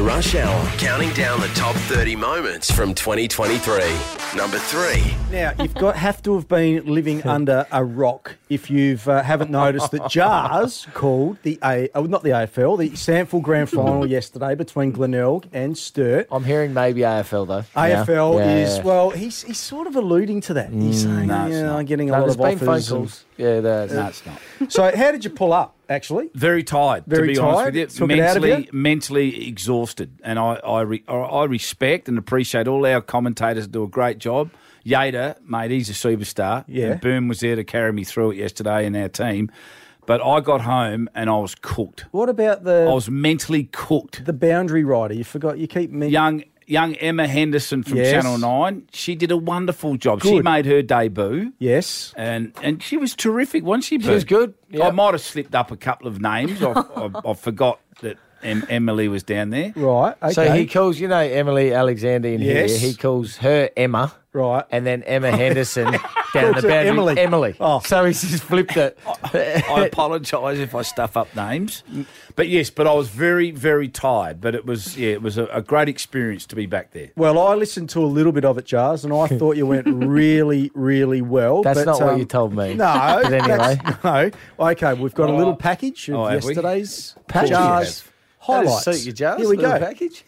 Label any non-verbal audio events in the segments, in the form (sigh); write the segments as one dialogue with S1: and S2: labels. S1: rush hour, counting down the top 30 moments from 2023. Number three.
S2: Now you've got have to have been
S3: (laughs)
S2: living under a rock if you've uh, haven't noticed
S3: (laughs)
S2: that Jars called the A, oh, not the AFL, the Sample
S3: (laughs)
S2: Grand Final yesterday between Glenelg and Sturt.
S3: I'm hearing maybe AFL though.
S2: AFL
S3: Oh, Yeah,
S2: is
S3: yeah. Mm,
S2: well, he's he's sort of alluding to that. He's saying,
S4: no, it's
S2: yeah,
S4: not.
S2: I'm getting a
S3: No,
S2: lot
S3: there's
S2: of
S3: been
S2: offers.
S3: phone
S2: and-
S3: calls. Yeah, there's.
S4: No, it's not.
S2: So how did you pull up actually?
S4: Very tired,
S2: Very
S4: to be
S2: tired?
S4: honest with you.
S2: Took it
S4: mentally,
S2: out of you?
S4: mentally exhausted. And I, I, re, I- I respect and appreciate all our commentators that do a great job. Yada, mate, he's a superstar.
S2: Yeah.
S4: And Boom was there to carry me through it yesterday in our team. But I got home and I was cooked.
S2: What about the
S4: I was mentally cooked.
S2: the boundary rider? You forgot. You keep me.
S4: young young Emma Henderson from
S2: Yes.
S4: Channel Nine. She did a wonderful job. She
S2: Good.
S4: made her debut.
S2: Yes.
S4: And and she was terrific, wasn't she? She
S3: was good, yeah.
S4: I might have slipped up a couple of names. I, I, I forgot that em- Emily was down there.
S2: Right. Okay.
S3: So he calls, you know, Emily Alexander in
S2: Yes.
S3: here. He calls her Emma,
S2: Right.
S3: And then Emma Henderson down
S2: Calls
S3: the
S2: her
S3: boundary.
S2: Emily.
S3: Emily.
S2: Oh.
S3: So he's just flipped it.
S4: I apologise if I stuff up names, but yes, but I was very very tired. But it was yeah, it was a, a great experience to be back there.
S2: Well, I listened to a little bit of it, Jars,
S3: (laughs)
S2: and I thought you went really, really well.
S3: That's
S2: but,
S3: not what
S2: um,
S3: you told me.
S2: No,
S3: (laughs) But anyway.
S2: that's- no. Okay, we've got a little
S4: Oh.
S2: package of
S4: Oh, have we?
S2: yesterday's
S3: Package?
S2: Jars
S3: That'll
S2: highlights.
S3: Suit your jars.
S2: Here we
S3: little
S2: go.
S3: Package.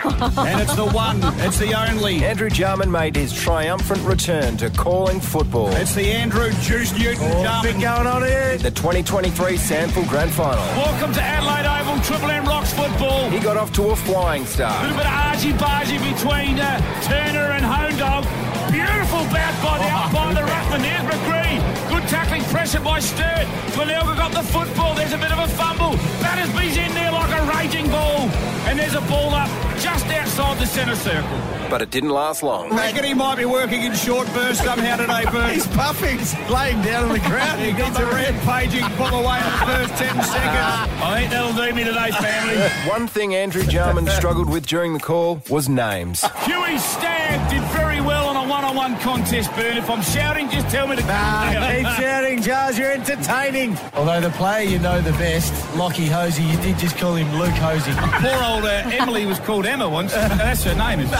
S5: And it's the one, it's the only,
S1: Andrew Jarman made his triumphant return to calling football.
S5: it's the Andrew Juice Newton
S4: Oh.
S5: Jarman.
S1: going on here? The 2023 Sample Grand Final.
S5: Welcome to Adelaide Oval, Triple M Rocks football.
S1: He got off to a flying start.
S5: little bit of argy-bargy between uh, Turner and Home Dog. Beautiful bout by the umpire, the ruckman, there's McGree. Good tackling pressure by Sturt. Glenelga got the football, there's a bit of a fumble. Battersby's in there like a raging bull. And there's a ball up just outside the centre circle.
S1: But it didn't last long.
S5: Reckon he might be working in short bursts somehow today, Bert. He's puffing, laying down on the
S6: (laughs)
S5: ground. He gets a rampaging pull away in the first
S2: (laughs)
S5: 10 seconds. I think that'll do me today, family.
S1: One thing Andrew Jarman struggled with during the call was names.
S5: (laughs) Huey Stagg did very well on a one-on-one contest, Burn. If I'm shouting, just tell me to (laughs) nah,
S6: shouting, Jars, you're entertaining. Although the player you know the best, Lockie Hosey, you did just call him Luke Hosey.
S5: Poor old uh, Emily was called Emma once. Uh, That's her name. Is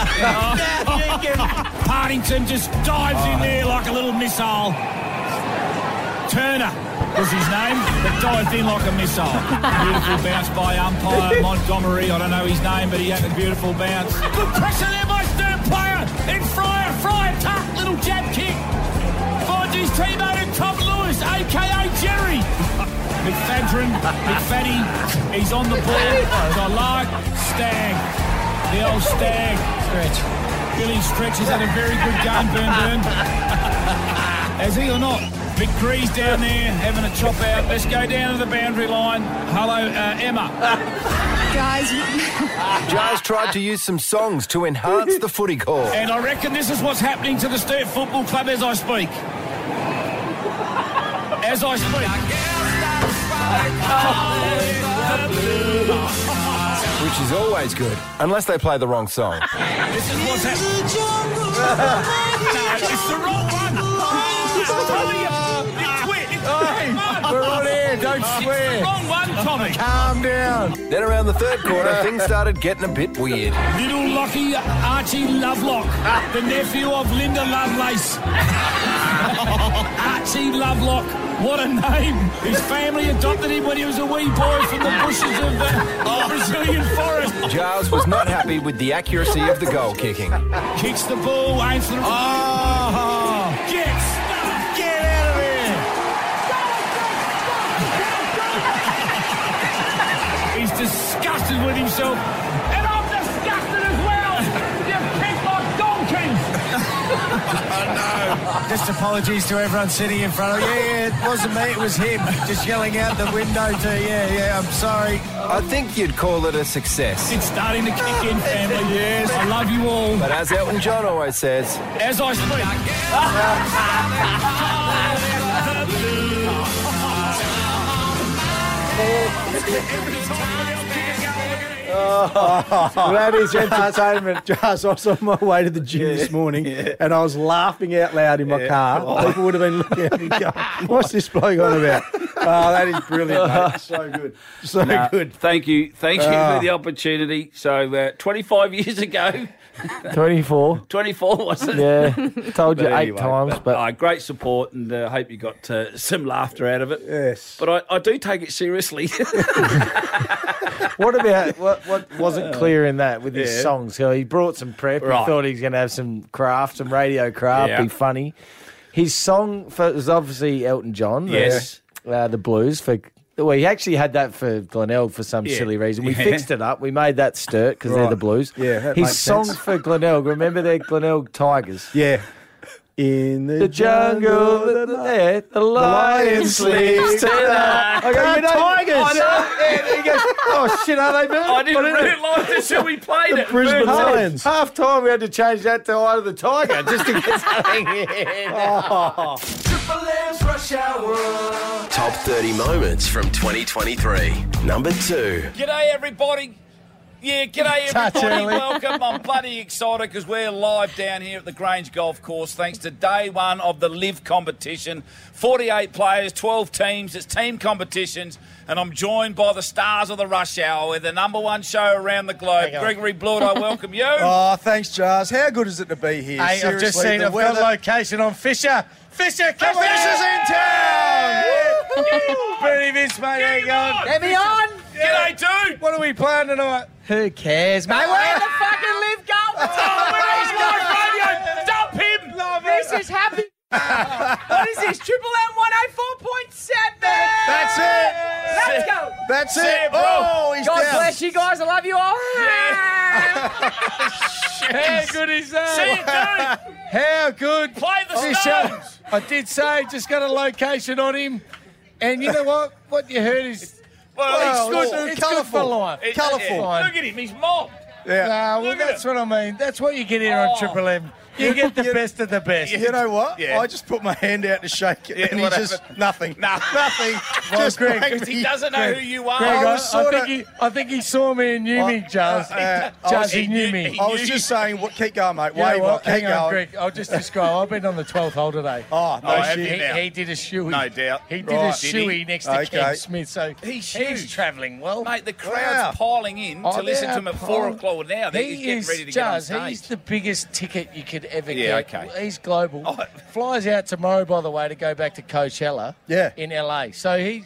S5: Partington just dives in there like a little missile. Turner was his name, but dived in like a missile. Beautiful bounce by umpire Montgomery. I don't know his name, but he had a beautiful bounce. Good pressure there by Stern player. Then Fryer, Fryer, tuck, little jab kick. Finds his teammate in Tom Lewis, aka Jerry. McFadden, McFaddy, he's on the ball. Zolak, Stag, the old Stag. Stretch. Billy Stretch has had a very good game, Burn Burn. Has he or not? McCree's down there having a chop out. Let's go down to the boundary line. Hello, uh, Emma.
S7: Guys,
S1: Jars tried to use some songs to enhance the footy call.
S5: And I reckon this is what's happening to the Sturt Football Club as I speak. As I speak.
S1: Which is always good, unless they play the wrong song.
S5: This is what's happening. (laughs) No, it's the wrong one. Tommy, you- you quit. It's the wrong one.
S3: We're on air. Don't
S5: It's the
S3: swear.
S5: wrong one, Tommy.
S3: Calm down.
S1: Then around the third quarter,
S2: (laughs)
S1: things started getting a bit weird.
S5: Little Lockie Archie Lovelock, the nephew of Linda Lovelace. (laughs) Archie Lovelock, what a name. His family adopted him when he was a wee boy from the bushes of the Brazilian forest.
S1: Jars was not happy with the accuracy of the goal
S6: (laughs)
S1: kicking.
S5: Kicks the ball, aims for the
S3: Oh,
S5: Gets.
S3: get out of here.
S5: He's disgusted with himself. And I'm disgusted as well. You kicked like donkeys.
S6: Just apologies to everyone sitting in front of you. Yeah, yeah, it wasn't me, it was him. Just yelling out the window to, yeah, yeah, I'm sorry.
S1: I think you'd call it a success.
S5: It's starting to kick in, family. Yes. I love you all.
S1: But as Elton John always says,
S5: As I speak.
S2: (laughs) that is entertainment, Jars. I was on my way to the gym this morning, and
S4: Oh. (laughs)
S2: I was laughing out loud in my car. People would have been looking at me going, "What's this bloke on about?"
S8: Oh, that is brilliant, mate. So good. So
S5: Uh,
S8: good.
S5: Thank you. Thank you
S8: Ah.
S5: for the opportunity. So, uh, 25 (laughs) years ago,
S7: 24.
S5: 24 was it?
S7: Yeah. Told you
S5: But
S7: eight
S5: anyway,
S7: times, but,
S5: uh, great support, and uh, hope you got uh, some laughter out of it.
S8: Yes.
S5: But I, I do take it
S4: (laughs)
S5: seriously.
S7: what about what, what wasn't clear in that with his songs? So he brought some prep.
S5: Right.
S7: He thought he was going to have some craft, some radio craft,
S5: Yeah.
S7: be funny. His song for, was obviously Elton John. the-
S5: Yes.
S7: uh, the blues for. Well, he actually had that for Glenelg for some
S5: Yeah.
S7: silly reason. We
S5: Yeah.
S7: fixed it up. We made that sturt because they're the
S8: Right.
S7: blues.
S8: Yeah, that
S7: his
S8: makes
S7: song
S8: sense.
S7: for Glenelg. Remember their Glenelg Tigers.
S8: Yeah. In the,
S7: The jungle, the, the, the, the lion sleeps tonight. I go, you know, tigers. I know. Yeah, and he goes, oh shit, (laughs) are they moving?
S5: I didn't realise until we played it.
S8: Brisbane
S5: Burns
S8: Lions.
S5: it.
S8: Lions.
S7: Half time, we had to change that to Eye of the Tiger just to get (laughs) something in.
S1: Top 30 moments from 2023. Number two.
S4: G'day, everybody. Yeah,
S7: (laughs)
S4: g'day,
S7: Touch
S4: everybody.
S7: early.
S4: Welcome. I'm bloody excited because we're live down here at the Grange Golf Course thanks to day one of the Live competition. 48 players, 12 teams. It's team competitions. And I'm joined by the stars of the Rush Hour with the number one show around the globe. Gregory Blood, I welcome you.
S2: (laughs) Oh, thanks, Jars. How good is it to be here?
S7: Hey, I've
S2: Seriously,
S7: just seen
S2: the
S7: I've got
S2: weather-
S7: location on Fisher. Fisher, come
S2: Fisher's in town!
S7: (laughs) Bernie Vince, mate, how you going?
S6: Let me on!
S4: G'day, dude.
S2: What are we playing tonight?
S7: Who cares, mate?
S6: Where the fucking live golf?
S4: Dump him.
S6: This is happy. what is this? Triple M 104.7!
S2: That's it!
S6: Let's go!
S2: That's
S4: Sam,
S2: it!
S4: bro.
S2: Oh, he's
S6: God
S2: down.
S6: bless you guys. I love you all.
S7: (laughs) How good is
S4: (laughs) See you,
S7: that?
S5: (laughs)
S4: dude.
S7: How good?
S4: Play the
S7: Fisher.
S4: stones.
S7: I did say, just got a location on him. And you know what? What you heard is
S4: Well,
S2: Wow,
S4: he's
S7: good.
S2: it's
S7: It's
S2: colourful.
S7: good for life.
S4: It's-
S2: Colourful.
S4: yeah, Look at him. He's mobbed.
S2: Yeah.
S7: Nah, well,
S4: Look at
S7: that's what I mean. That's what you get here on
S4: Oh.
S7: Triple M. You get
S2: (laughs)
S7: the best of the best.
S2: You know what?
S4: Yeah.
S2: I just put my hand out to shake it,
S4: Yeah,
S2: and he
S4: what
S2: just nothing.
S4: Nah.
S2: nothing. just
S7: Greg,
S2: made
S4: Because he
S2: me-
S4: doesn't know who you are.
S7: Greg,
S2: I
S7: I,
S2: was
S7: I,
S2: sorta-
S7: think he, I think he saw me and knew me, Jazz.
S2: uh, I
S7: Jazz,
S2: was-
S7: he knew me.
S4: he-
S2: I was just saying, what, keep going, mate.
S7: You know
S2: Wave
S7: what?
S2: up, keep
S7: Hang on,
S2: going.
S7: Greg. I'll just describe. I've been on the 12th hole today.
S2: Oh, no
S4: Oh, have you
S2: shit.
S4: now?
S7: he, he did a shoey.
S4: No doubt.
S7: He did a
S4: Right. Did he?
S7: shoey next to
S2: Okay.
S7: Ken Smith, so
S4: He's huge.
S7: travelling well.
S4: Mate, the crowd's piling in
S7: Oh,
S4: to listen
S7: they're
S4: to him at four
S7: pile-
S4: o'clock now. They're
S7: He
S4: getting
S7: is
S4: ready to
S7: Jazz.
S4: get on
S7: He's
S4: stage.
S7: the biggest ticket you could ever
S4: Yeah,
S7: get.
S4: okay.
S7: He's global.
S4: Oh.
S7: Flies out tomorrow, by the way, to go back to Coachella.
S2: Yeah.
S7: in LA. So he.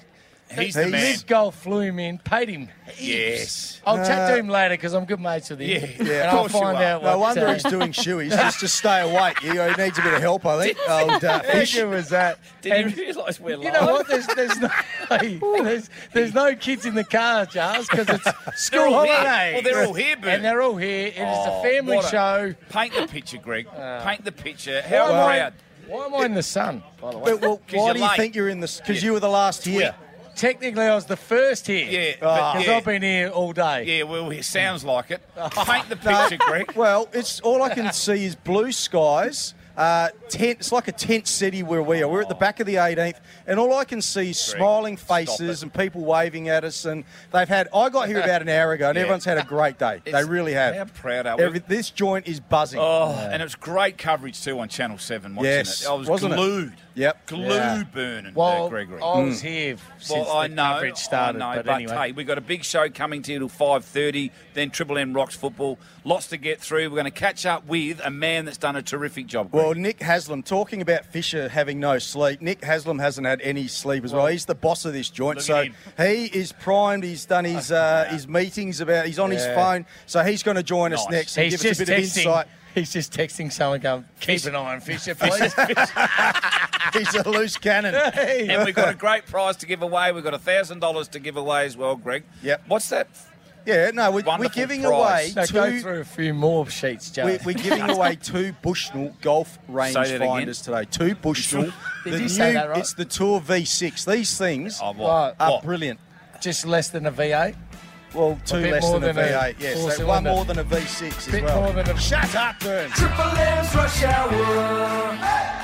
S4: He's the
S7: Liv
S4: man.
S7: Golf flew him in, paid him.
S4: Yes.
S7: I'll chat to him later because I'm good mates with him.
S4: Yeah, yeah,
S7: and
S4: of
S7: I'll
S4: course you
S7: find
S4: are.
S7: out.
S2: Uh, No
S7: what,
S2: wonder
S7: uh,
S2: he's doing shoeys. Just to stay awake. He, he needs a bit of help, I
S4: (laughs)
S2: think. Old, uh,
S7: How
S2: fish.
S7: good was that?
S4: Did
S7: And-
S4: he realise we're live?
S7: You know what? There's, there's
S4: (laughs)
S7: no there's, there's no kids in the car, Charles, because it's
S4: (laughs) They're
S7: school
S4: all here.
S7: holiday.
S4: Well, they're all here, Boo.
S7: and they're all here. It is
S4: Oh,
S7: a family
S4: what a-
S7: show.
S4: Paint the picture, Greg. Paint the picture.
S7: Why
S4: How
S7: am I-
S4: proud.
S7: Why am I in the sun? By the way,
S2: But, well,
S4: 'Cause
S2: why
S4: you're
S2: do you
S4: late.
S2: think you're in this? Because you were the last here.
S7: technically I was the first here.
S4: Yeah, but
S7: because
S4: yeah.
S7: I've been here all day.
S4: Yeah, well, it sounds
S7: (laughs)
S4: like it. Paint the picture, Greg. (laughs)
S2: Well, it's all I can see is blue skies. Uh, tent. It's like a tent city where we are. We're at the back of the 18th, and all I can see is smiling faces and people waving at us. And they've had. I got here about an hour ago, and
S4: (laughs) Yeah.
S2: everyone's had a great day. they
S4: (laughs) It's-
S2: really
S4: How
S2: have.
S4: proud are we?
S2: Every, this joint is buzzing.
S4: Oh, and it was great coverage too on Channel Seven. Watching
S2: Yes,
S4: it, I was
S2: wasn't it?
S4: glued.
S2: Yep.
S4: glued
S7: Yeah.
S4: burning.
S7: Well,
S4: uh, Gregory.
S7: I was here since
S4: well, I
S7: the
S4: know,
S7: coverage started.
S4: I know,
S7: but, anyway,
S4: hey, we've got a big show coming to you till five thirty. Then Triple M rocks football. Lots to get through. We're going to catch up with a man that's done a terrific job. Greg.
S2: Well, Nick Haslam, talking about Fisher having no sleep, Nick Haslam hasn't had any sleep as well. He's the boss of this joint,
S4: Look
S2: so
S4: at him.
S2: he is primed. He's done his
S4: (laughs)
S2: uh, his meetings about. He's on his phone, so he's going to join us
S4: Nice.
S2: next and
S7: he's
S2: give us
S7: just
S2: a bit of
S7: texting.
S2: insight.
S7: He's just texting someone going, keep an eye on
S4: (laughs)
S7: Fisher, please.
S2: He's a
S7: (laughs)
S2: loose cannon.
S4: and we've got a great prize to give away. We've got thousand dollars to give away as well, Greg.
S2: Yep.
S4: What's that?
S2: Yeah, no, we, we're
S4: Wonderful
S2: giving
S4: prize.
S7: Now
S2: away
S7: go
S2: two.
S7: through a few more sheets, Joe.
S2: We're, we're giving away two Bushnell golf range
S4: Say that again.
S2: finders today.
S4: (laughs)
S2: Two Bushnell.
S7: Did
S2: The
S7: you say that right?
S2: It's the Tour V6. These things
S4: Oh, what?
S7: Right.
S2: are
S4: What?
S2: brilliant.
S7: Just less than a V8.
S2: Well, two
S7: bit
S2: less
S7: more
S2: than, a
S7: than a
S2: V8. yes, so one
S7: four-cylinder.
S2: more than a V6 as
S7: Bit
S2: well.
S7: more than a
S2: Shut up, Burns.
S1: Triple M's Rush Hour.